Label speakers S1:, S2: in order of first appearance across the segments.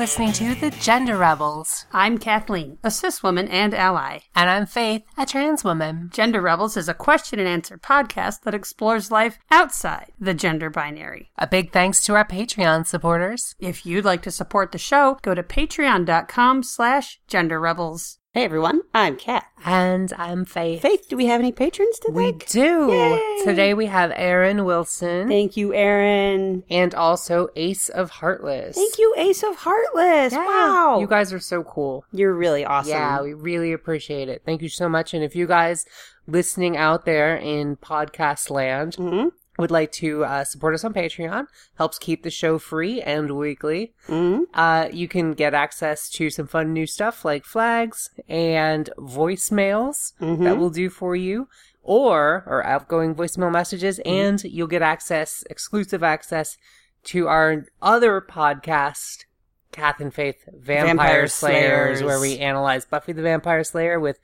S1: listening to The Gender Rebels.
S2: I'm Kathleen, a cis woman and ally.
S1: And I'm Faith, a trans woman.
S2: Gender Rebels is a question and answer podcast that explores life outside the gender binary.
S1: A big thanks to our Patreon supporters.
S2: If you'd like to support the show, go to patreon.com slash gender rebels.
S3: Hey everyone, I'm Kat.
S1: And I'm Faith.
S3: Faith, do we have any patrons today?
S1: We do.
S3: Yay.
S1: Today we have Aaron Wilson
S3: Thank you, Aaron.
S1: and also Ace of Heartless.
S3: Thank you, Ace of Heartless.
S1: Yeah.
S3: Wow.
S1: You guys are so cool.
S3: You're really awesome.
S1: Yeah, we really appreciate it. Thank you so much. And if you guys listening out there in podcast land
S3: Mhm.
S1: would like to uh, support us on Patreon, helps keep the show free and weekly.
S3: Mhm.
S1: Uh, you can get access to some fun new stuff like flags and voicemails
S3: Mhm.
S1: that we'll do for you. Or, or outgoing voicemail messages,
S3: Mm-hmm.
S1: and you'll get access, exclusive access to our other podcast, Kath and Faith Vampire,
S3: Vampire
S1: Slayers,
S3: Slayers.
S1: where we analyze Buffy the Vampire Slayer with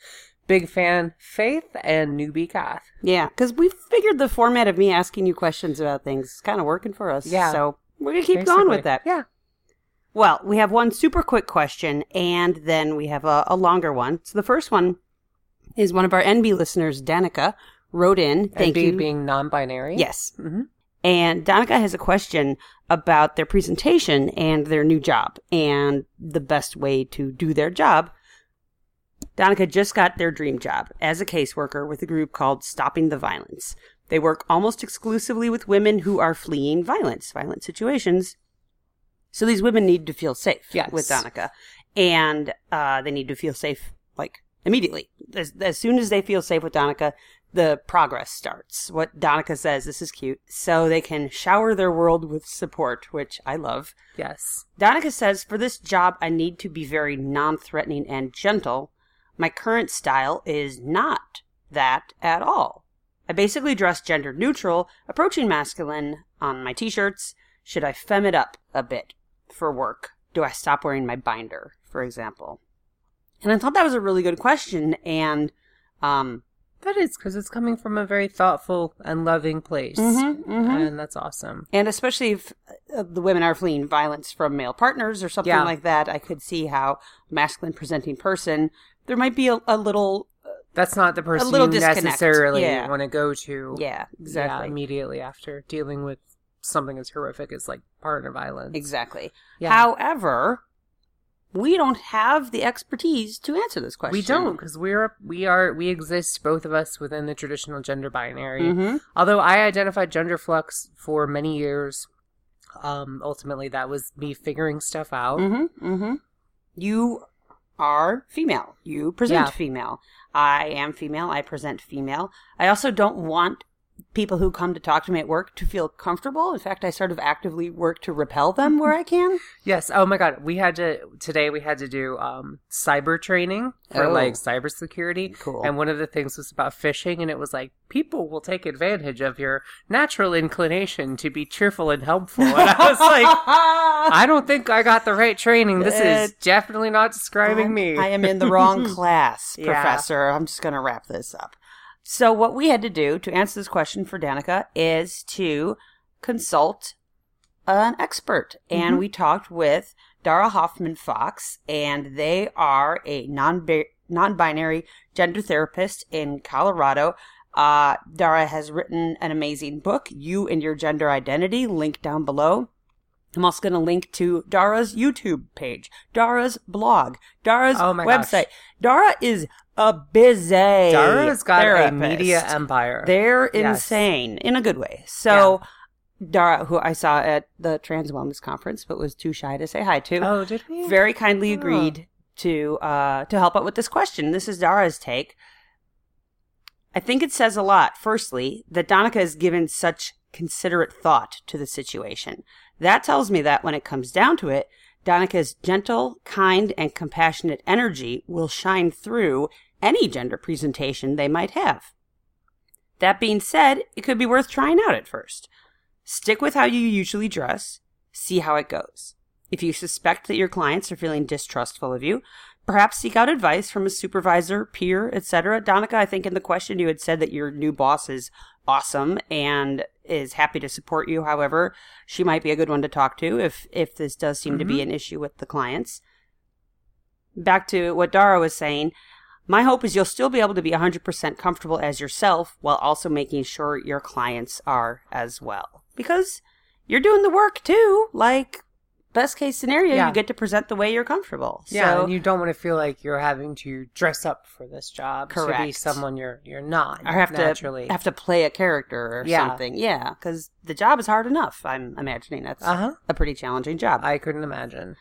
S1: big fan Faith and newbie Kath.
S3: Yeah, because we figured the format of me asking you questions about things is kind of working for us.
S1: Yeah.
S3: So we're going to keep going with
S1: Basically.
S3: that.
S1: Yeah.
S3: Well, we have one super quick question, and then we have a, a longer one. So the first one is one of our NB listeners, Danica, wrote in.
S1: Thank
S3: Thank
S1: be,
S3: you.
S1: Being non binary.
S3: yes.
S1: hmm
S3: And Donica has a question about their presentation and their new job and the best way to do their job. Donica just got their dream job as a caseworker with a group called Stopping the Violence. They work almost exclusively with women who are fleeing violence, violent situations. So these women need to feel safe
S1: Yes.
S3: with Donica. And uh, they need to feel safe, like, immediately. As, as soon as they feel safe with Donica, the progress starts. What Donica says, this is cute. So they can shower their world with support, which I love.
S1: Yes.
S3: Donica says, For this job, I need to be very non threatening and gentle. My current style is not that at all. I basically dress gender neutral, approaching masculine on my t shirts. Should I fem it up a bit for work? Do I stop wearing my binder, for example? And I thought that was a really good question. And, um,
S1: That is because it's coming from a very thoughtful and loving place.
S3: Mhm, mhm.
S1: And that's awesome.
S3: and especially if uh, the women are fleeing violence from male partners or something
S1: Yeah.
S3: like that, I could see how masculine presenting person there might be a, a little
S1: That's not the person
S3: little
S1: you
S3: disconnect,
S1: necessarily
S3: yeah.
S1: want to go to.
S3: yeah
S1: Yeah,
S3: exactly
S1: immediately after dealing with something as horrific as like partner violence.
S3: exactly.
S1: Yeah.
S3: However, we don't have the expertise to answer this question.
S1: we don't because we're we are we exist both of us within the traditional gender binary.
S3: Mhm.
S1: Although I identified gender flux for many years, um, ultimately that was me figuring stuff out.
S3: Mhm. Mhm. You are female. You present
S1: Yeah.
S3: female. I am female. I present female. I also don't want people who come to talk to me at work to feel comfortable. In fact, I sort of actively work to repel them where I can.
S1: Yes. Oh my God. We had to today. We had to do um, cyber training for
S3: Oh.
S1: like cybersecurity.
S3: Cool.
S1: And one of the things was about phishing, and it was like people will take advantage of your natural inclination to be cheerful and helpful. And I was like, I don't think I got the right training. This is
S3: Uh,
S1: definitely not describing
S3: I'm-
S1: me.
S3: I am in the wrong class,
S1: Yeah.
S3: Professor. I'm just going to wrap this up. So, what we had to do to answer this question for Danica is to consult an expert. And
S1: Mm-hmm.
S3: we talked with Dara Hoffman Fox, and they are a non non binary gender therapist in Colorado. Uh, Dara has written an amazing book, You and Your Gender Identity, link down below. I'm also going to link to Dara's YouTube page, Dara's blog, Dara's
S1: Oh my gosh.
S3: website. Dara is a busy.
S1: Dara's got
S3: therapist.
S1: a media empire.
S3: They're
S1: Yes.
S3: insane in a good way. So, Dara, who I saw at the Trans Wellness Conference but was too shy to say hi to,
S1: oh, did we?
S3: very kindly
S1: Huh.
S3: agreed to uh, to help out with this question. This is Dara's take. I think it says a lot, firstly, that Donica has given such considerate thought to the situation. That tells me that when it comes down to it, Donica's gentle, kind, and compassionate energy will shine through any gender presentation they might have. That being said, it could be worth trying out at first. Stick with how you usually dress, see how it goes. If you suspect that your clients are feeling distrustful of you, perhaps seek out advice from a supervisor, peer, etc. Donica, I think in the question you had said that your new boss is awesome and is happy to support you. However, she might be a good one to talk to if if this does seem to be an issue with the clients. Back to what Dara was saying, my hope is you'll still be able to be 100% comfortable as yourself while also making sure your clients are as well. Because you're doing the work too. Like best case scenario,
S1: Yeah.
S3: you get to present the way you're comfortable.
S1: Yeah,
S3: so
S1: and you don't want to feel like you're having to dress up for this job to be
S3: Correct.
S1: someone you're you're not.
S3: or have
S1: naturally.
S3: to have to play a character or
S1: Yeah.
S3: something. Yeah, because the job is hard enough. I'm imagining that's
S1: Uh huh.
S3: a pretty challenging job.
S1: I couldn't imagine.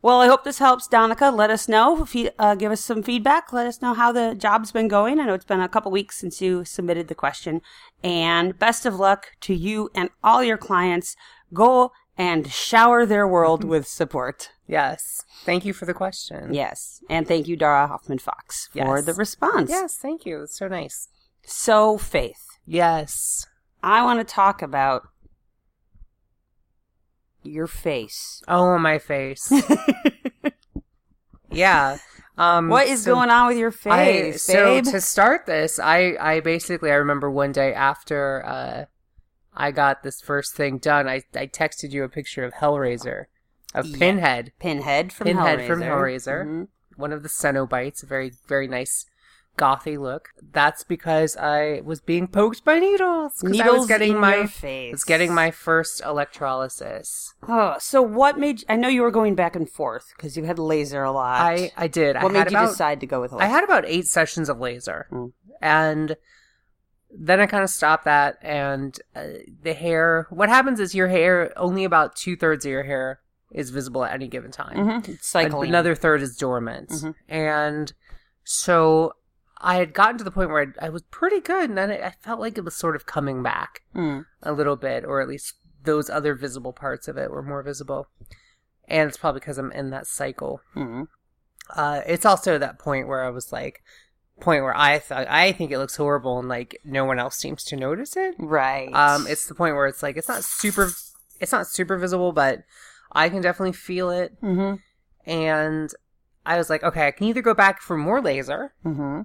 S3: well, I hope this helps, Donica. Let us know if you uh, give us some feedback. Let us know how the job's been going. I know it's been a couple weeks since you submitted the question, and best of luck to you and all your clients. Go and shower their world with support.
S1: Yes. Thank you for the question.
S3: Yes, and thank you, Dara Hoffman Fox, for
S1: Yes.
S3: the response.
S1: Yes. Thank you. It's so nice.
S3: So, Faith,
S1: Yes.
S3: I want to talk about your face.
S1: Oh, my face. yeah. Um,
S3: What is
S1: so-
S3: going on with your
S1: I,
S3: face,
S1: so
S3: babe?
S1: to start this, I I basically I remember one day after uh, I got this first thing done, I I texted you a picture of Hellraiser, of
S3: Yeah.
S1: Pinhead,
S3: Pinhead from
S1: Pinhead
S3: Hellraiser.
S1: from Hellraiser.
S3: Mhm.
S1: one of the Cenobites, a very very nice gothy look. That's because I was being poked by needles. 'cause I was
S3: Needles
S1: getting
S3: in
S1: my
S3: your face.
S1: was getting my first electrolysis.
S3: Oh, so what made? You, I know you were going back and forth because you had laser a lot.
S1: I I did. I
S3: what made
S1: had
S3: you
S1: about,
S3: decide to go with laser?
S1: I had about eight sessions of laser,
S3: Mm.
S1: and then I kind of stopped that. And uh, the hair, what happens is your hair, only about two thirds of your hair is visible at any given time.
S3: Mhm. It's cycling.
S1: Mm-hmm. Another third is dormant.
S3: Mhm.
S1: And so I had gotten to the point where I, I was pretty good, and then I, I felt like it was sort of coming back
S3: Mm.
S1: a little bit, or at least those other visible parts of it were more visible. And it's probably because I'm in that cycle
S3: Mhm.
S1: uh, it's also that point where I was like, point where I thought I think it looks horrible and like no one else seems to notice it.
S3: Right.
S1: Um, it's the point where it's like it's not super, it's not super visible, but I can definitely feel it.
S3: Mhm.
S1: And I was like, okay, I can either go back for more laser
S3: Mhm.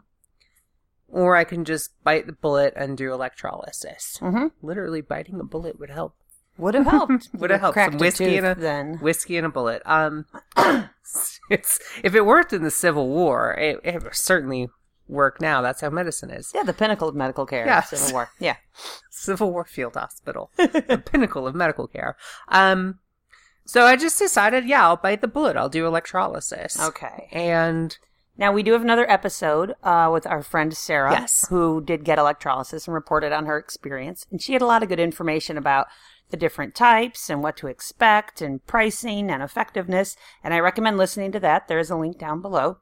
S1: or I can just bite the bullet and do electrolysis.
S3: Mhm.
S1: Literally, biting a bullet would help.
S3: Would have helped.
S1: Would have helped. Some
S3: Cracked a
S1: whiskey
S3: tooth
S1: and a-
S3: then.
S1: Whiskey and a bullet. Um, it's if it worked in the Civil War, it, it certainly work now. That's how medicine is.
S3: Yeah, the pinnacle of medical care.
S1: Yeah.
S3: Civil War. Yeah.
S1: Civil War Field Hospital, the pinnacle of medical care. Um, so I just decided, yeah, I'll bite the bullet. I'll do electrolysis.
S3: Okay.
S1: And
S3: Now we do have another episode uh, with our friend Sarah,
S1: Yes.
S3: who did get electrolysis and reported on her experience, and she had a lot of good information about the different types and what to expect and pricing and effectiveness. And I recommend listening to that. There is a link down below.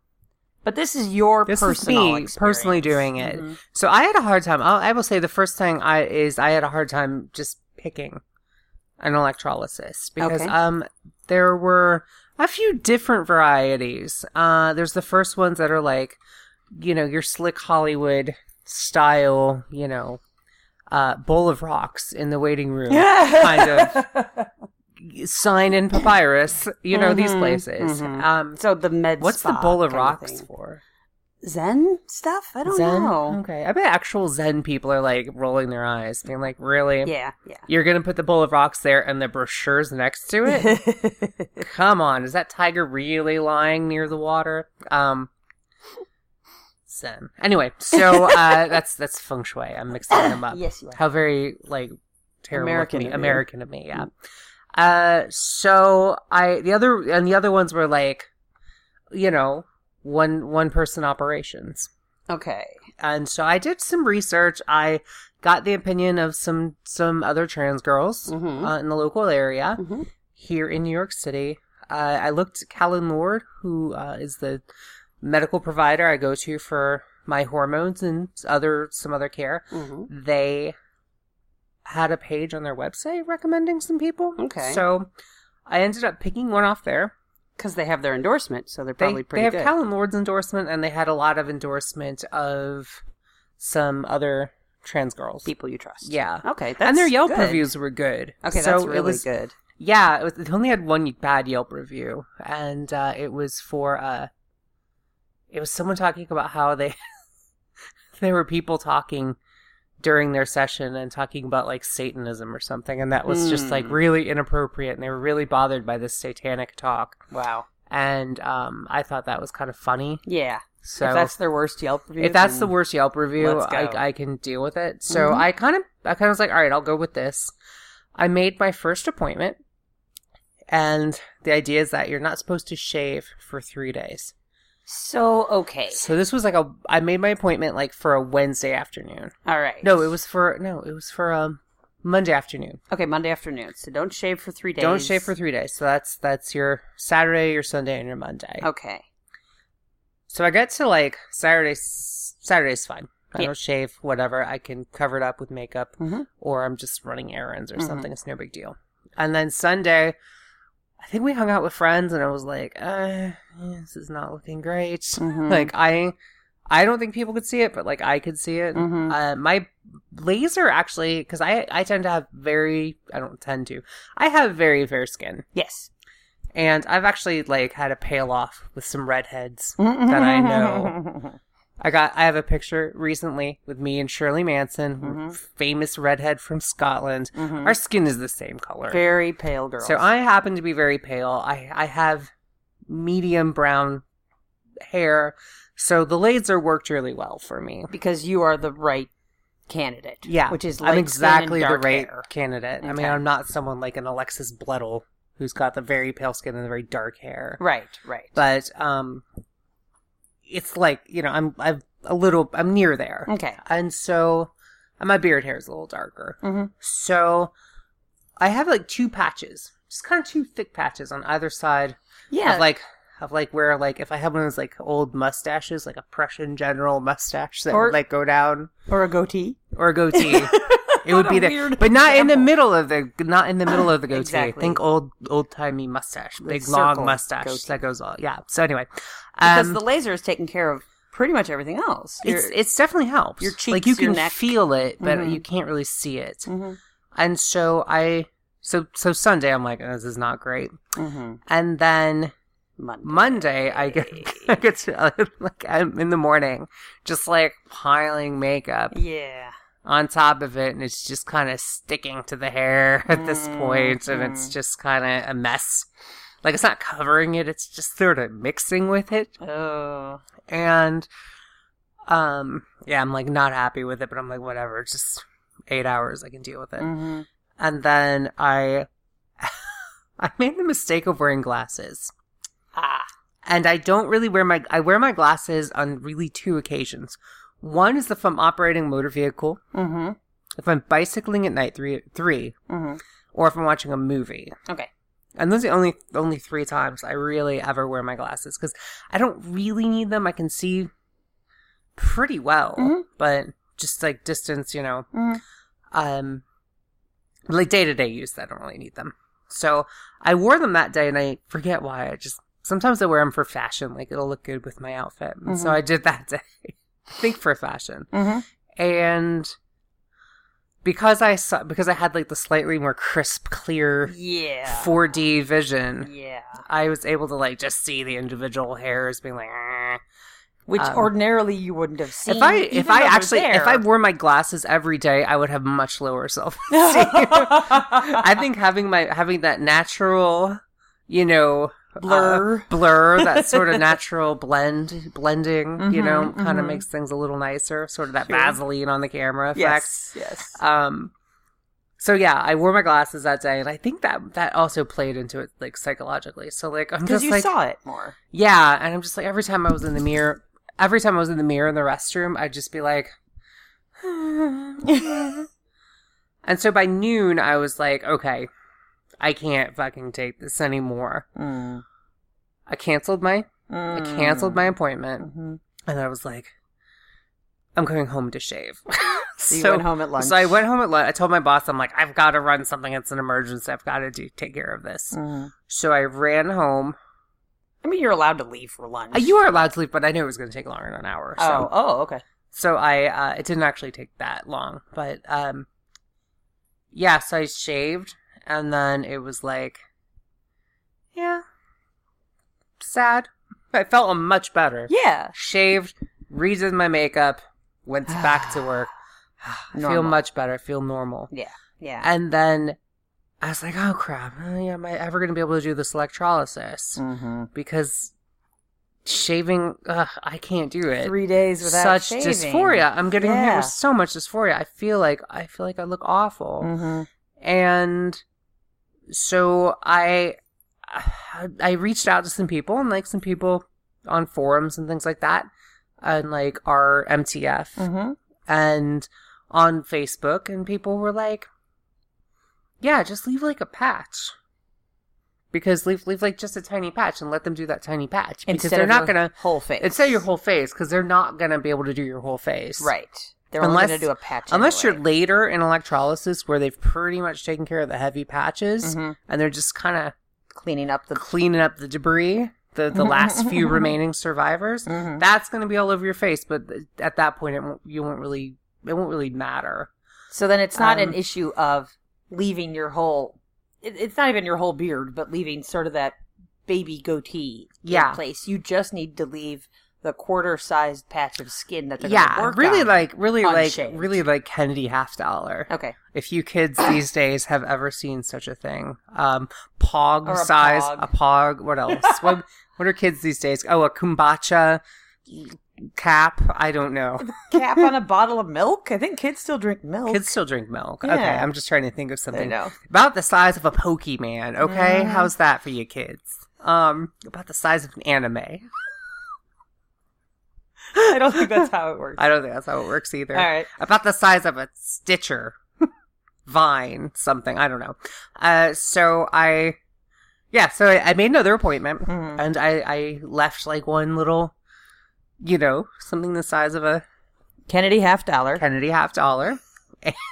S3: But this is your
S1: this is
S3: personal
S1: me
S3: experience.
S1: personally doing it.
S3: Mhm.
S1: So I had a hard time. I'll, I will say the first thing I is I had a hard time just picking an electrolysis because
S3: Okay.
S1: um there were a few different varieties. Uh, there's the first ones that are like, you know, your slick Hollywood style, you know, uh, bowl of rocks in the waiting room. kind of sign in papyrus you know these
S3: Mhm,
S1: places
S3: mhm.
S1: um
S3: So the med.
S1: what's the
S3: spa
S1: bowl of
S3: kind
S1: rocks
S3: thing.
S1: for
S3: Zen stuff? I don't
S1: zen
S3: know.
S1: okay i bet actual zen people are like rolling their eyes being like really
S3: Yeah, yeah.
S1: you're gonna put the bowl of rocks there and the brochures next to it come on is that tiger really lying near the water um zen anyway so uh that's that's feng shui i'm mixing them up
S3: yes, you are.
S1: How very like terrible
S3: American
S1: American of me.
S3: of Mm. you.
S1: American of me, yeah. Uh, so I the other and the other ones were like, you know, one one person operations,
S3: Okay.
S1: and so I did some research. I got the opinion of some some other trans girls
S3: Mm-hmm.
S1: uh, in the local area
S3: Mhm.
S1: here in New York City. Uh, I looked at Callan Lord, who uh, is the medical provider I go to for my hormones and other some other care
S3: Mm-hmm.
S1: they had a page on their website recommending some people.
S3: Okay.
S1: So I ended up picking one off there.
S3: Because they have their endorsement, so they're
S1: They,
S3: probably
S1: they
S3: pretty
S1: have
S3: good.
S1: Callan Lord's endorsement and they had a lot of endorsement of some other trans girls.
S3: People you trust.
S1: Yeah.
S3: Okay. That's
S1: and their Yelp
S3: good.
S1: reviews were good.
S3: Okay,
S1: So
S3: that's
S1: it
S3: really
S1: was-
S3: good.
S1: Yeah, it, was, it only had one bad Yelp review, and uh, it was for uh, it was someone talking about how they there were people talking during their session and talking about like Satanism or something. And that was just like
S3: Mm.
S1: really inappropriate. And they were really bothered by this satanic talk.
S3: Wow.
S1: And um, I thought that was kind of funny.
S3: Yeah.
S1: So
S3: if that's their worst Yelp review.
S1: if that's the
S3: then-
S1: worst Yelp review,
S3: Let's go.
S1: I, I can deal with it. So
S3: Mhm.
S1: I kind of, I kind of was like, all right, I'll go with this. I made my first appointment, and the idea is that you're not supposed to shave for three days.
S3: So okay.
S1: So this was like a, I made my appointment like for a Wednesday afternoon.
S3: All right.
S1: No, it was for no, it was for um Monday afternoon.
S3: Okay, Monday afternoon. So don't shave for three days.
S1: Don't shave for three days. So that's that's your Saturday, your Sunday, and your Monday.
S3: Okay.
S1: So I get to like Saturday. Saturday's fine. I
S3: Yeah.
S1: don't shave, whatever. I can cover it up with makeup,
S3: Mhm.
S1: or I'm just running errands or
S3: Mhm.
S1: something. It's no big deal. And then Sunday, I think we hung out with friends, and I was like, uh, "This is not looking great."
S3: Mhm.
S1: Like I, I don't think people could see it, but like I could see it.
S3: Mhm.
S1: Uh, my laser actually, because I I tend to have very I don't tend to I have very fair skin,
S3: Yes.
S1: and I've actually like had a pale off with some redheads that I know. I got I have a picture recently with me and Shirley Manson,
S3: Mhm.
S1: famous redhead from Scotland.
S3: Mhm.
S1: Our skin is the same color.
S3: Very pale girls.
S1: So I happen to be very pale. I I have medium brown hair. So the laser worked really well for me.
S3: because you are the right candidate.
S1: Yeah.
S3: Which is
S1: I'm
S3: light skin and
S1: exactly the
S3: dark
S1: right
S3: hair.
S1: candidate. I mean,
S3: Okay.
S1: I'm not someone like an Alexis Bledel who's got the very pale skin and the very dark hair.
S3: Right. Right.
S1: But um it's like, you know, I'm I'm a little I'm near there.
S3: okay.
S1: and so and my beard hair is a little darker.
S3: Mhm.
S1: So I have like two patches, just kind of two thick patches on either side
S3: Yeah.
S1: of like of like where like if I had one of those like old mustaches, like a Prussian general mustache that
S3: Or-
S1: would like go down
S3: or a goatee.
S1: or a goatee. It
S3: What
S1: would be
S3: a
S1: there,
S3: weird
S1: but not in the
S3: example.
S1: middle of the not in the middle of the goatee.
S3: Exactly.
S1: Think old old timey mustache, big
S3: circle
S1: long mustache
S3: goatee.
S1: that goes all yeah. So anyway,
S3: Because
S1: um,
S3: the laser is taking care of pretty much everything else.
S1: it's
S3: You're-
S1: it's definitely helps.
S3: your
S1: like you
S3: cheeks, your
S1: can
S3: neck.
S1: feel it, but
S3: Mhm.
S1: you can't really see it.
S3: Mhm.
S1: And so I so so Sunday I'm like oh, this is not great.
S3: Mhm.
S1: And then
S3: Monday.
S1: Monday I get I get to like I'm in the morning just like piling makeup
S3: Yeah.
S1: on top of it and it's just kind of sticking to the hair at this point, and it's
S3: Mhm.
S1: just kind of a mess. Like it's not covering it, it's just sort of mixing with it
S3: Oh.
S1: and um yeah, I'm like not happy with it, but I'm like whatever, it's just 8 hours I can deal with it.
S3: Mhm.
S1: and then I I made the mistake of wearing glasses.
S3: Ah.
S1: And I don't really wear my I wear my glasses on really two occasions. One is if I'm operating a motor vehicle, Mm-hmm.
S3: Mhm.
S1: if I'm bicycling at night three three,
S3: Mhm.
S1: or if I'm watching a movie.
S3: Okay.
S1: And those are the only only three times I really ever wear my glasses because I don't really need them. I can see pretty well,
S3: Mhm.
S1: but just like distance, you know,
S3: Mhm.
S1: um like day to day use i don't really need them so i wore them that day and i forget why i just sometimes i wear them for fashion like it'll look good with my outfit and so
S3: Mhm.
S1: i did that day i think for fashion
S3: Mhm.
S1: and because i saw because i had like the slightly more crisp clear
S3: Yeah.
S1: 4d vision
S3: Yeah.
S1: i was able to like just see the individual hairs being like "Ah."
S3: Which
S1: Um,
S3: ordinarily you wouldn't have seen.
S1: if i
S3: even
S1: if
S3: though
S1: i
S3: they're
S1: actually if
S3: there.
S1: i wore my glasses every day i would have much lower self I
S3: I
S1: think having my having that natural, you know,
S3: blur.
S1: blur, that sort of natural blend blending, you know,
S3: Mhm,
S1: kind of
S3: mhm.
S1: makes things a little nicer, sort of that
S3: Sure.
S1: Vaseline on the camera effect.
S3: yes. Yes.
S1: Um so yeah, I wore my glasses that day and I think that that also played into it like psychologically. So like I'm
S3: Because
S1: just
S3: you
S1: like
S3: saw it more.
S1: yeah, and I'm just like every time I was in the mirror, every time I was in the mirror in the restroom, I'd just be like, and so by noon I was like, okay, I can't fucking take this anymore.
S3: Mm.
S1: I canceled my I
S3: Hmm.
S1: canceled my appointment,
S3: Mm-hmm.
S1: and I was like, I'm going home to shave.
S3: So you went home at lunch.
S1: so I went home at lunch. I told my boss, I'm like, I've got to run something. It's an emergency. I've got to do take care of this.
S3: Mhm.
S1: So I ran home.
S3: I mean, you're allowed to leave for lunch.
S1: Uh, You are allowed to leave, but I knew it was going to take longer than an hour. So.
S3: Oh. Oh. Okay.
S1: so i uh it didn't actually take that long but um yeah so i shaved and then it was like yeah sad i felt much better
S3: Yeah.
S1: shaved redid my makeup went back to work I feel
S3: Normal.
S1: much better. I feel normal.
S3: Yeah.
S1: And then I was like, oh crap, Uh, yeah, am I ever going to be able to do this electrolysis?
S3: mm-hmm.
S1: Because shaving, ugh, I can't do it.
S3: Three days without
S1: Such
S3: shaving.
S1: dysphoria. I'm getting hit
S3: Yeah.
S1: with so much dysphoria. I feel like I feel like I look awful.
S3: Mhm.
S1: And so I I reached out to some people and like some people on forums and things like that and like our MTF
S3: Mhm.
S1: and on Facebook, and people were like, "Yeah, just leave like a patch." Because leave leave like just a tiny patch and let them do that tiny patch because
S3: Instead
S1: they're
S3: of
S1: not
S3: your
S1: gonna
S3: whole face.
S1: instead of your whole face because they're not gonna be able to do your whole face
S3: right. They're
S1: Unless-
S3: only going to do a patch.
S1: unless you're
S3: anyway.
S1: later in electrolysis where they've pretty much taken care of the heavy patches
S3: Mhm.
S1: and they're just kind of
S3: cleaning up the.
S1: cleaning up the debris the the last few remaining survivors
S3: Mhm.
S1: that's gonna be all over your face but th- at that point it won't, you won't really it won't really matter
S3: So then it's not an
S1: Um,
S3: issue of leaving your whole. It, it's not even your whole beard, but leaving sort of that baby goatee
S1: Yeah.
S3: in place. You just need to leave the quarter-sized patch of skin that they're going to
S1: yeah
S3: work
S1: really
S3: on.
S1: like really
S3: unshaved.
S1: like really like kennedy half dollar
S3: Okay.
S1: if you kids these days have ever seen such a thing um pog
S3: Or a
S1: size
S3: pog.
S1: a pog what else what, what are kids these days oh a kombucha cap i don't know
S3: Cap on a bottle of milk. I think kids still drink milk.
S1: kids still drink milk okay
S3: Yeah.
S1: i'm just trying to think of
S3: I
S1: something
S3: know.
S1: about the size of a pokemon okay
S3: Mhm.
S1: how's that for you kids um about the size of an anime
S3: I don't think that's how it works.
S1: i don't think that's how it works either
S3: All right.
S1: about the size of a stitcher vine something i don't know uh so i yeah so i, I made another appointment
S3: Mhm.
S1: and i i left like one little you know something the size of a
S3: Kennedy half dollar.
S1: kennedy half dollar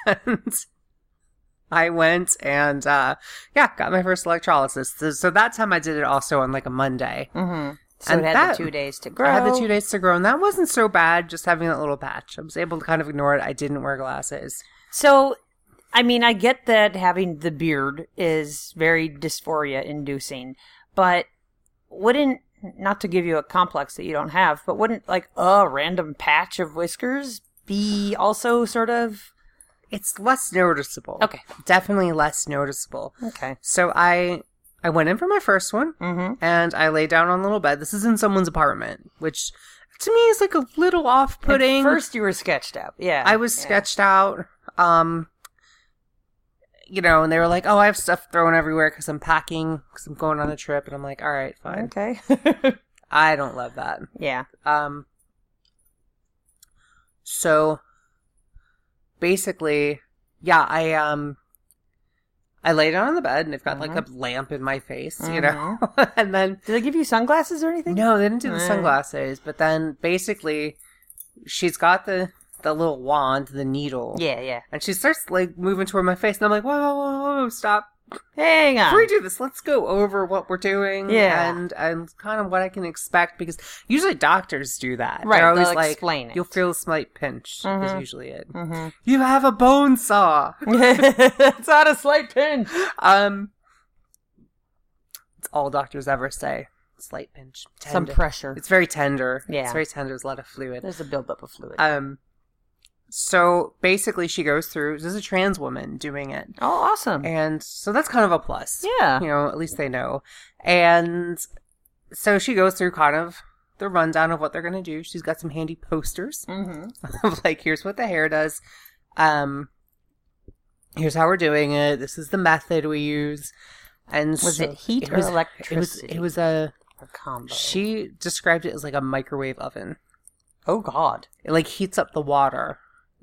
S1: and i went and uh yeah got my first electrolysis so, so that time i did it also on like a monday
S3: Mm-hmm. So
S1: And
S3: it had
S1: that-
S3: the two days to grow.
S1: I had the two days to grow, and that wasn't so bad. Just having that little patch, I was able to kind of ignore it. I didn't wear glasses.
S3: So, I mean, I get that having the beard is very dysphoria inducing, but wouldn't not to give you a complex that you don't have, but wouldn't like a random patch of whiskers be also sort of
S1: It's less noticeable.
S3: okay?
S1: definitely less noticeable.
S3: Okay.
S1: So I I went in for my first one
S3: Mm-hmm.
S1: and I lay down on a little bed. This is in someone's apartment, which to me is like a little off putting.
S3: First, you were sketched up. Yeah,
S1: I was
S3: yeah.
S1: sketched out. Um you know, and they were like, "Oh, I have stuff thrown everywhere cuz I'm packing cuz I'm going on a trip." And I'm like, "All right, fine.
S3: Okay. Mm-hmm.
S1: I don't love that."
S3: yeah.
S1: Um so basically, yeah, I um I lay down on the bed and I've got like
S3: Mm-hmm.
S1: a lamp in my face, you know. and then
S3: Did they give you sunglasses or anything?
S1: no, they didn't do the
S3: Mm.
S1: sunglasses, but then basically she's got the the little wand, the needle.
S3: Yeah, yeah.
S1: And she starts like moving toward my face and I'm like, Whoa, whoa, whoa, whoa stop.
S3: Hang on.
S1: Before we do this, let's go over what we're doing
S3: Ah. Yeah.
S1: and and kind of what I can expect because usually doctors do that.
S3: Right,
S1: They're always
S3: they'll
S1: like
S3: explain it.
S1: you'll feel a slight pinch
S3: Mhm.
S1: is usually it.
S3: Mhm.
S1: You have a bone saw.
S3: it's not a slight pinch.
S1: Um It's all doctors ever say. Slight pinch.
S3: Some
S1: Tender.
S3: pressure.
S1: it's very tender.
S3: Yeah.
S1: It's very tender, there's a lot of fluid.
S3: There's a buildup of fluid.
S1: Um so basically she goes through this is a trans woman doing it.
S3: oh, awesome.
S1: And so that's kind of a plus.
S3: yeah.
S1: you know, at least they know. And so she goes through kind of the rundown of what they're going to do. She's got some handy posters
S3: Mm-hmm.
S1: of like, here's what the hair does. Um, here's how we're doing it. This is the method we use. And
S3: Was
S1: so
S3: it heat or
S1: was- It was,
S3: electricity?
S1: it was a,
S3: a combo.
S1: she described it as like a microwave oven.
S3: oh God.
S1: It like heats up the water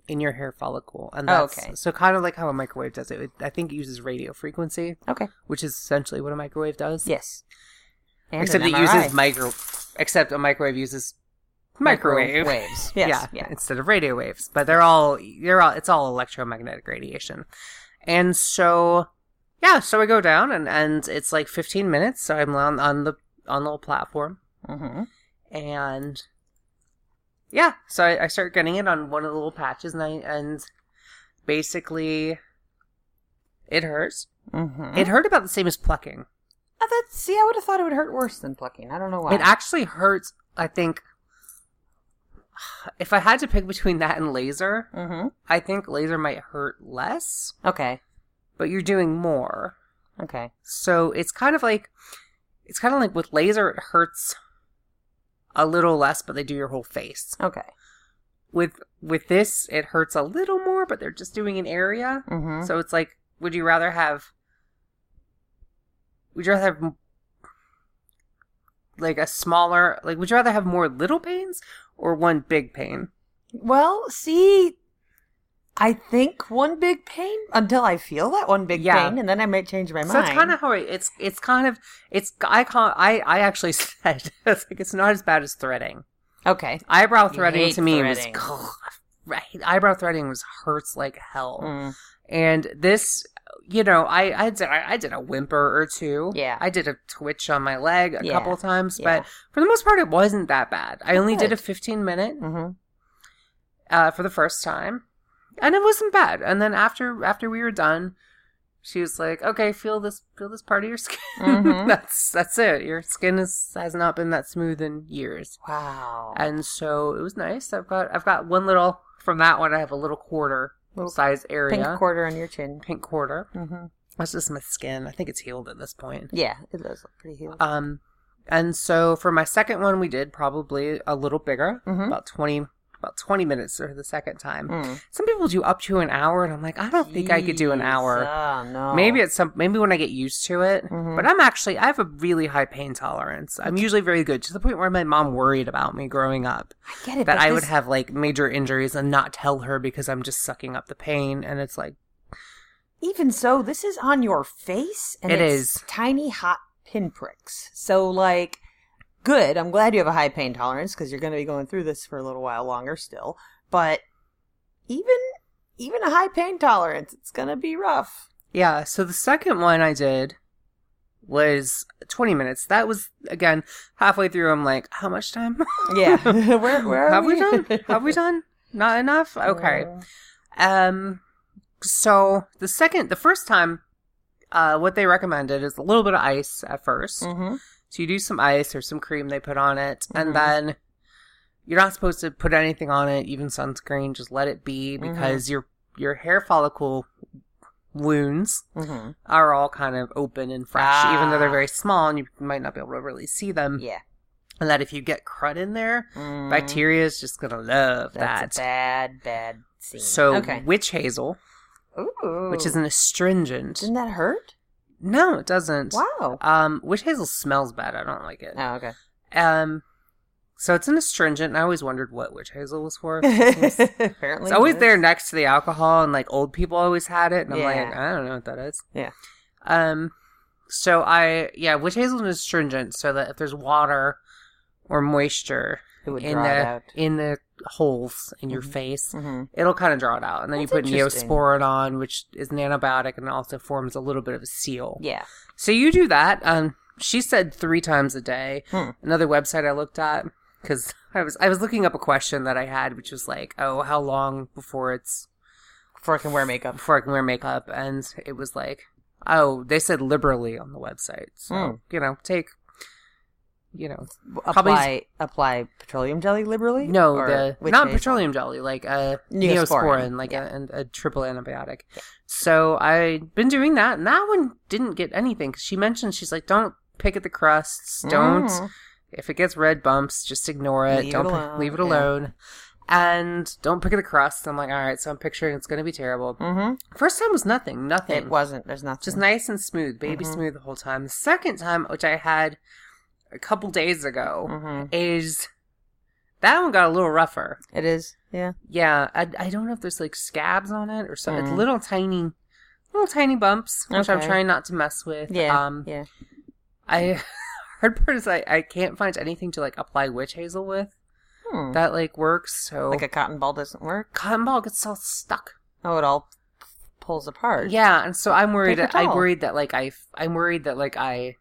S1: in your hair follicle. And
S3: Oh,
S1: that's,
S3: okay.
S1: So kind of like how a microwave does it. it. I think it uses radio frequency,
S3: Okay.
S1: which is essentially what a microwave does.
S3: Yes. And
S1: except
S3: an
S1: it
S3: MRI.
S1: uses micro. Except a microwave uses microwave.
S3: waves. Yes.
S1: yeah,
S3: Yeah.
S1: instead of radio waves, but they're all they're all it's all electromagnetic radiation, and so yeah, so I go down and and it's like 15 minutes, so I'm on on the on the little platform,
S3: Mm-hmm.
S1: and yeah, so I, I start getting it on one of the little patches, and I and basically it hurts.
S3: Mm-hmm.
S1: It hurt about the same as plucking.
S3: see, I would have thought it would hurt worse than plucking. I don't know why.
S1: It actually hurts, I think, If I had to pick between that and laser,
S3: Mm-hmm.
S1: I think laser might hurt less,
S3: Okay.
S1: but you're doing more.
S3: Okay.
S1: So it's kind of like it's kind of like with laser it hurts a little less, but they do your whole face.
S3: Okay.
S1: With with this it hurts a little more, but they're just doing an area.
S3: Mm-hmm.
S1: So it's like would you rather have would you rather have m- like a smaller like would you rather have more little pains or one big pain?
S3: Well, see, I think one big pain until I feel that one big
S1: Yeah.
S3: pain, and then I might change my
S1: So
S3: mind.
S1: it's kind of how I- it's it's kind of it's I can't I I actually said it's like it's not as bad as threading.
S3: okay.
S1: Eyebrow
S3: You
S1: threading
S3: hate
S1: to me
S3: threading.
S1: was ugh, right. Eyebrow threading was hurts like hell.
S3: Mm.
S1: And this, you know, I I did I, I did a whimper or two.
S3: Yeah.
S1: I did a twitch on my leg a
S3: Yeah.
S1: couple times,
S3: Yeah.
S1: but for the most part, it wasn't that bad. I only did a
S3: good.
S1: fifteen minute
S3: hmm
S1: uh, for the first time, and it wasn't bad. And then after after we were done, she was like, "Okay, feel this feel this part of your skin.
S3: Mhm.
S1: that's that's it. Your skin is, has not been that smooth in years."
S3: Wow.
S1: And so it was nice. I've got I've got one little from that one. I have a little quarter
S3: Little
S1: size area,
S3: Pink quarter on your chin.
S1: pink quarter.
S3: Mm-hmm.
S1: That's just my skin. I think it's healed at this point.
S3: Yeah, it does look pretty healed.
S1: Um, and so for my second one, we did probably a little bigger,
S3: Mhm.
S1: about twenty about twenty minutes for the second time.
S3: Mm.
S1: Some people do up to an hour, and I'm like, I don't think I could do an
S3: Jeez.
S1: hour.
S3: Oh, no.
S1: Maybe it's some. Maybe when I get used to it.
S3: Mhm.
S1: But I'm actually I have a really high pain tolerance. I'm usually very good to the point where my mom worried about me growing up
S3: I get it,
S1: that
S3: but
S1: I would
S3: this-
S1: have like major injuries and not tell her because I'm just sucking up the pain. And it's like
S3: Even so, this is on your face, and
S1: It
S3: it's
S1: is.
S3: tiny hot pinpricks. So, like, good. I'm glad you have a high pain tolerance because you're going to be going through this for a little while longer still. But even even a high pain tolerance, it's going to be rough.
S1: Yeah, so the second one I did was 20 minutes. That was, again, halfway through, I'm like, how much time?
S3: Yeah, where where are
S1: Have we?
S3: we
S1: done? Have we done? Not enough? Okay. Um, so the second, the first time, uh, what they recommended is a little bit of ice at 1st
S3: Mm-hmm.
S1: So you do some ice or some cream they put on it,
S3: Mhm.
S1: and then you're not supposed to put anything on it, even sunscreen. Just let it be because your your hair follicle wounds
S3: Mm-hmm.
S1: are all kind of open and fresh, even though they're
S3: Ah.
S1: very small and you might not be able to really see them.
S3: Yeah.
S1: And that if you get crud in there,
S3: Mm.
S1: Um, bacteria is just going to love
S3: That's
S1: that.
S3: a bad, bad scene.
S1: So,
S3: okay.
S1: witch hazel,
S3: Ooh.
S1: which is an astringent.
S3: Didn't that hurt?
S1: No, it doesn't.
S3: Wow.
S1: Um, witch hazel smells bad. I don't like it.
S3: Oh, okay.
S1: Um, so it's an astringent. and I always wondered what witch hazel was for. it's
S3: Apparently,
S1: always
S3: yes.
S1: there next to the alcohol, and like old people always had it, and I'm
S3: Yeah.
S1: like, I don't know what that is.
S3: Yeah.
S1: Um. So I yeah, witch hazel is astringent, so that if there's water or moisture
S3: It would
S1: in
S3: draw it
S1: the
S3: out.
S1: in the holes in your
S3: Mhm.
S1: face,
S3: Mm-hmm.
S1: it'll kind of draw it out, and then
S3: That's
S1: you put
S3: interesting.
S1: neosporin on, which is an antibiotic, and also forms a little bit of a seal.
S3: Yeah.
S1: So you do that. Um, she said three times a day.
S3: Hmm.
S1: Another website I looked at because I was I was looking up a question that I had, which was like, oh, how long before it's
S3: Before I can wear makeup.
S1: before I can wear makeup? And it was like, oh, they said liberally on the website. So
S3: Hmm.
S1: you know, take, you know, Probably-
S3: Apply apply petroleum jelly liberally.
S1: no,
S3: Or
S1: the
S3: which
S1: not
S3: hazel?
S1: petroleum jelly, like a
S3: Neosporin.
S1: neosporin, like a, an- a triple antibiotic. So I've been doing that, and that one didn't get anything. 'cause she mentioned she's like, don't pick at the crusts, don't.
S3: Mm.
S1: If it gets red bumps, just ignore it.
S3: Leave it
S1: don't pick-
S3: alone,
S1: leave it
S3: yeah.
S1: alone. And don't pick at the crust. I'm like, all right, so I'm picturing it's going to be terrible.
S3: Mhm.
S1: First time was nothing, nothing.
S3: It wasn't. There's nothing.
S1: Just nice and smooth, baby
S3: Mhm.
S1: smooth the whole time. The second time, which I had a couple days ago,
S3: Mhm.
S1: is that one got a little rougher.
S3: It is. Yeah.
S1: Yeah, I, I don't know if there's like scabs on it or something. It's
S3: Mm.
S1: Little tiny, little tiny bumps, which I'm
S3: Okay.
S1: trying not to mess with.
S3: Yeah.
S1: Um,
S3: yeah.
S1: I hard part is I, I can't find anything to like apply witch hazel with
S3: Hmm.
S1: that like works. So
S3: Like a cotton ball doesn't work.
S1: cotton ball gets all stuck.
S3: Oh, it all pulls apart.
S1: Yeah, and so I'm worried.
S3: Paper
S1: I
S3: towel.
S1: worried that like I I'm worried that like I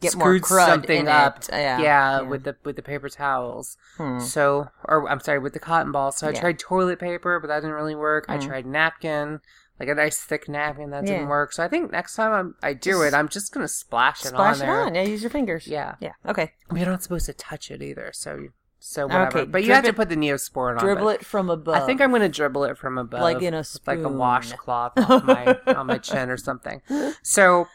S3: Get
S1: screwed
S3: more crud
S1: something
S3: in
S1: up.
S3: It. Uh,
S1: yeah,
S3: Yeah.
S1: with the with the paper towels.
S3: Hmm.
S1: So or I'm sorry with the cotton ball. So I
S3: Yeah.
S1: tried toilet paper, but that didn't really work. I
S3: Mm.
S1: tried napkin. Like a nice thick napkin that
S3: Yeah.
S1: didn't work. So I think next time I'm, I do
S3: Just
S1: it, I'm just gonna splash it
S3: Splash
S1: on
S3: it
S1: there.
S3: on. Yeah. Use your fingers.
S1: Yeah,
S3: Yeah. Okay.
S1: we are not supposed to touch it either. So you So whatever.
S3: Okay,
S1: but you have to
S3: drip it-
S1: put the neosporin on.
S3: Dribble
S1: but
S3: it from above.
S1: I think I'm going to dribble it from above,
S3: Like in a
S1: with, like a
S3: spoon.
S1: washcloth on my on my chin or something. So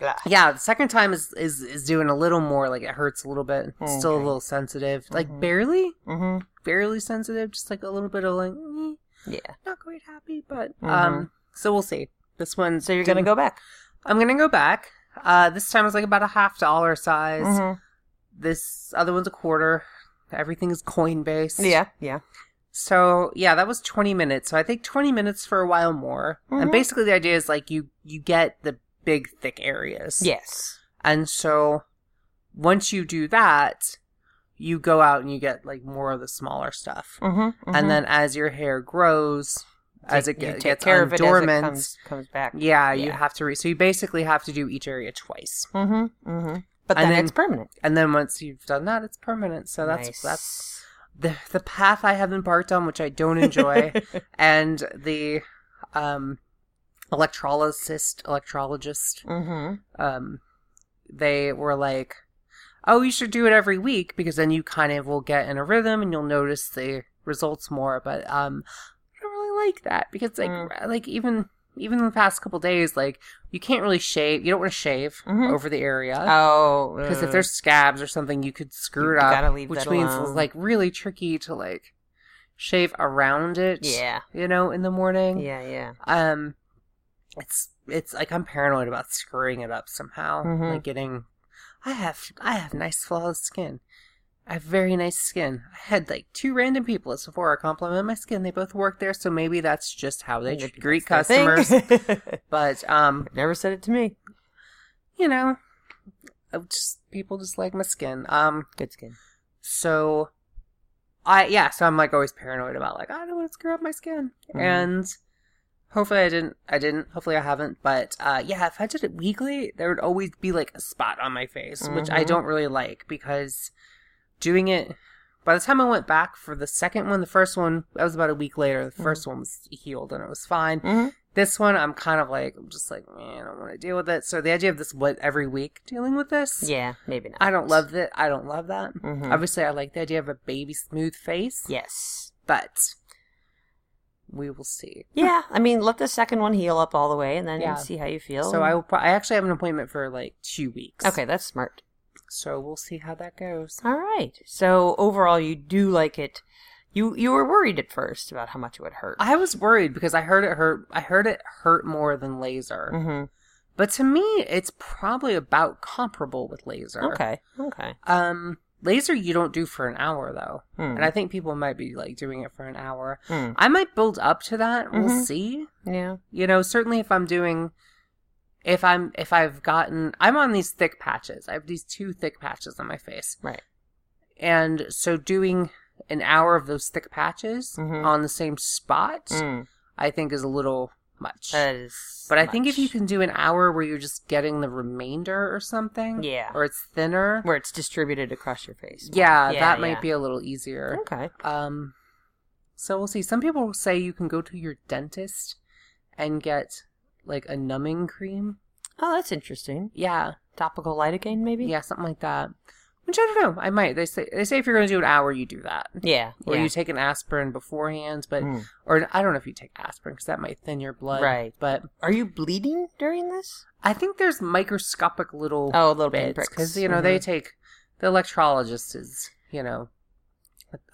S4: Blah.
S1: yeah, the second time is is, is doing a little more. Like it hurts a little bit. It's Still a
S3: Oh, Okay.
S1: little sensitive, like barely,
S3: Mm-hmm.
S1: barely sensitive. Just like a little bit of like eh,
S3: Yeah.
S1: not quite happy, but
S3: Mhm.
S1: um. So we'll see. This one.
S3: So you're gonna go back.
S1: I'm gonna go back. Uh, this time it's like about a half dollar size.
S3: Mhm.
S1: This other one's a quarter. Everything is coin based.
S3: Yeah. Yeah.
S1: So yeah, that was 20 minutes. So I think 20 minutes for a while more. And
S3: Mhm.
S1: basically the idea is like you you get the big thick areas.
S3: Yes.
S1: And so once you do that, you go out and you get like more of the smaller stuff.
S3: Mm-hmm.
S1: And then as your hair grows, as it
S3: you
S1: ge-
S3: take
S1: gets
S3: care of it as it
S1: dormant,
S3: comes, comes back.
S1: yeah, you
S3: Yeah.
S1: have to re- so you basically have to do each area twice.
S3: Mm-hmm. Mm-hmm. But
S1: And
S3: then,
S1: then-
S3: it's permanent.
S1: And then once you've done that, it's permanent. So that's
S3: Nice.
S1: that's the the path I have embarked on, which I don't enjoy, and the um, electrolyst electrologist.
S3: Mm-hmm.
S1: Um, they were like, "Oh, you should do it every week because then you kind of will get in a rhythm and you'll notice the results more." But um, I don't really like that because like
S3: Mm.
S1: like even even in the past couple days, like you can't really shave. You don't want to shave
S3: Mhm.
S1: over the area
S3: Oh,
S1: because
S3: uh,
S1: if there's scabs or something, you could screw it
S3: you
S1: up.
S3: gotta leave
S1: which
S3: that
S1: means it's
S3: alone.
S1: like really tricky to like shave around it.
S3: yeah,
S1: you know, in the morning.
S3: yeah, yeah.
S1: Um, it's it's like I'm paranoid about screwing it up somehow.
S3: Mhm.
S1: Like getting, I have I have nice flawless skin. I have very nice skin. I had like two random people at Sephora compliment my skin. They both work there, so maybe that's just how they
S3: Maybe
S1: greet
S3: that's their
S1: customers.
S3: thing.
S1: But um,
S3: Never said it to me.
S1: you know, I just people just like my skin. Um.
S3: Good skin.
S1: So I yeah, so I'm like always paranoid about like "Ah, I don't want to screw up my skin.
S3: Mhm.
S1: And hopefully I didn't I didn't, hopefully I haven't, but uh yeah, if I did it weekly, there would always be like a spot on my face, which I
S3: Mhm.
S1: don't really like because doing it by the time I went back for the second one, the first one that was about a week later, the 1st one was healed and it was fine.
S3: Mhm.
S1: This one I'm kind of like I'm just like, man, I don't want to deal with it. So the idea of this what every week dealing with this.
S3: Yeah, maybe not.
S1: I don't love that. I don't love that.
S3: Mhm.
S1: Obviously, I like the idea of a baby smooth face,
S3: Yes.
S1: but we will see.
S3: Yeah, I mean, let the second one heal up all the way, and then
S1: Yeah.
S3: see how you feel.
S1: So I will. Pro- I actually have an appointment for like two weeks.
S3: Oh. Okay, that's smart.
S1: So we'll see how that goes.
S3: All right. So overall, you do like it. You you were worried at first about how much it would hurt.
S1: I was worried because I heard it hurt. I heard it hurt more than laser,
S3: Mm-hmm.
S1: but to me, it's probably about comparable with laser.
S3: Okay. Okay.
S1: Um, laser you don't do for an hour though,
S3: Hmm.
S1: and I think people might be like doing it for an hour.
S3: Hmm.
S1: I might build up to that. We'll
S3: Mhm.
S1: see.
S3: Yeah.
S1: you know certainly if i'm doing if i'm if i've gotten i'm on these thick patches i have these two thick patches on my face
S3: Right.
S1: and so doing an hour of those thick patches
S3: Mhm.
S1: on the same spot
S3: Mm.
S1: i think is a little much
S3: That is.
S1: but i think if
S3: much.
S1: you can do an hour where you're just getting the remainder or something
S3: Yeah.
S1: or it's thinner
S3: where it's distributed across your face.
S1: yeah,
S3: Yeah,
S1: that
S3: yeah.
S1: might be a little easier
S3: Okay.
S1: um, so we'll see. Some people say you can go to your dentist and get like a numbing cream.
S3: Oh, that's interesting.
S1: Yeah,
S3: Topical lidocaine, maybe.
S1: yeah, something like that. Which I don't know. I might. They say they say if you're going to do an hour, you do that,
S3: Yeah.
S1: or
S3: yeah.
S1: you take an aspirin beforehand. But
S3: Mm.
S1: or I don't know if you take aspirin because that might thin your blood.
S3: Right.
S1: But
S3: Are you bleeding during this?
S1: I think there's microscopic little
S3: Oh, a little Mm-hmm. bit.
S1: bits because you know they take the electrologist is you know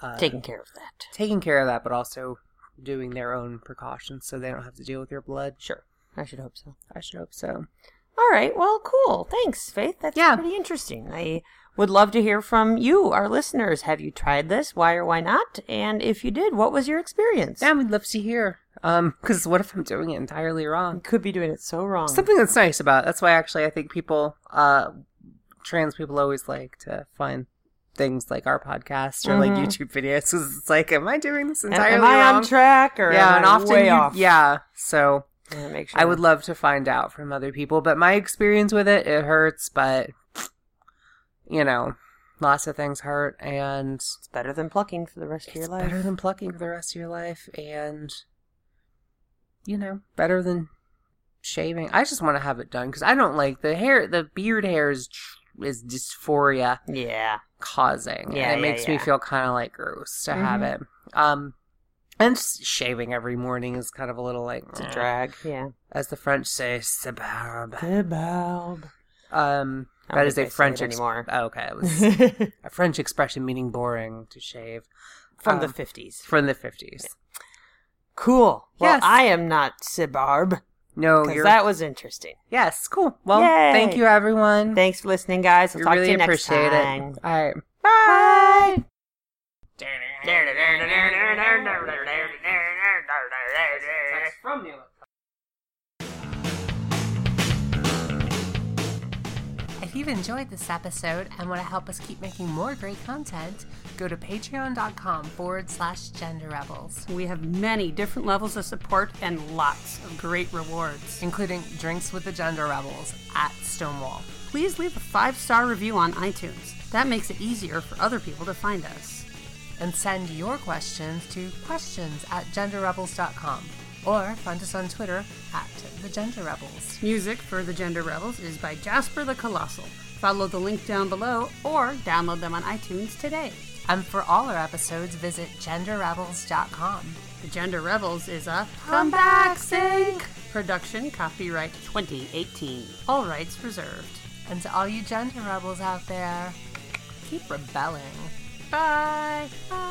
S1: uh,
S3: taking care of that.
S1: taking care of that, but also doing their own precautions so they don't have to deal with your blood.
S3: Sure. I should hope so.
S1: I should hope so.
S3: All right. Well, cool. Thanks, Faith. That's
S1: Yeah.
S3: pretty interesting. I would love to hear from you, our listeners. Have you tried this? Why or why not? And if you did, what was your experience?
S1: Yeah, we'd love to hear. Um, because what if I'm doing it entirely wrong?
S3: Could be doing it so wrong.
S1: Something that's nice about that's why actually I think people, uh, trans people always like to find things like our podcast or like
S3: Mhm.
S1: YouTube videos because it's like, am I doing this
S3: Am-
S1: entirely
S3: am I
S1: wrong?
S3: on track or
S1: yeah,
S3: am
S1: and
S3: I
S1: often
S3: way
S1: you,
S3: off?
S1: yeah. So
S3: Yeah, make sure.
S1: I would love to find out from other people, but my experience with it, it hurts, but you know, lots of things hurt and
S3: It's better than plucking for the rest of your
S1: it's
S3: life.
S1: better than plucking for the rest of your life and you know, better than shaving. I just want to have it done cuz I don't like the hair, the beard hair is tr- is dysphoria
S3: Yeah.
S1: causing.
S3: Yeah,
S1: and
S3: yeah,
S1: it makes me
S3: yeah. Mm-hmm.
S1: feel kind of like gross to have it. Um, and s- shaving every morning is kind of a little like,
S3: It's a drag. Yeah.
S1: as the French say, "sabarbe."
S3: Good
S1: Um,
S3: I don't
S1: that is
S3: think
S1: a
S3: they say
S1: French
S3: it
S1: ex-
S3: anymore.
S1: Oh, okay, it was a French expression meaning boring to shave
S3: From the
S1: Um,
S3: 50s.
S1: from the fifties.
S3: Cool. Well,
S1: Yes.
S3: I am not Sibarb.
S1: No,
S3: Because
S1: you're
S3: that was interesting.
S1: yes, cool. Well,
S3: Yay.
S1: thank you, everyone.
S3: Thanks for listening, guys. I'll
S1: we
S3: talk
S1: really
S3: to you next
S1: appreciate
S3: time.
S1: it. All right.
S3: Bye.
S5: If you've enjoyed this episode and want to help us keep making more great content, go to patreon.com forward slash gender rebels,
S2: We have many different levels of support and lots of great rewards.
S5: including drinks with the gender rebels at Stonewall.
S2: Please leave a five star review on iTunes. That makes it easier for other people to find us.
S5: And send your questions to questions at genderrebels.com or find us on Twitter at the gender rebels.
S2: Music for the Gender Rebels is by Jasper the Colossal. Follow the link down below or download them on iTunes today.
S5: And for all our episodes, visit genderrebels.com.
S2: The Gender Rebels is a comeback sync production, copyright 2018. All rights reserved.
S5: And to all you gender rebels out there, keep rebelling.
S2: Bye. Bye.